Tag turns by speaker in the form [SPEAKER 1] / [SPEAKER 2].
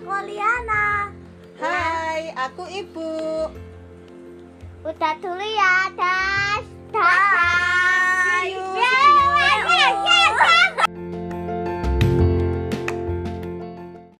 [SPEAKER 1] Diana.
[SPEAKER 2] Hai, aku Ibu.
[SPEAKER 1] Udah dulu ya, das. Dadah.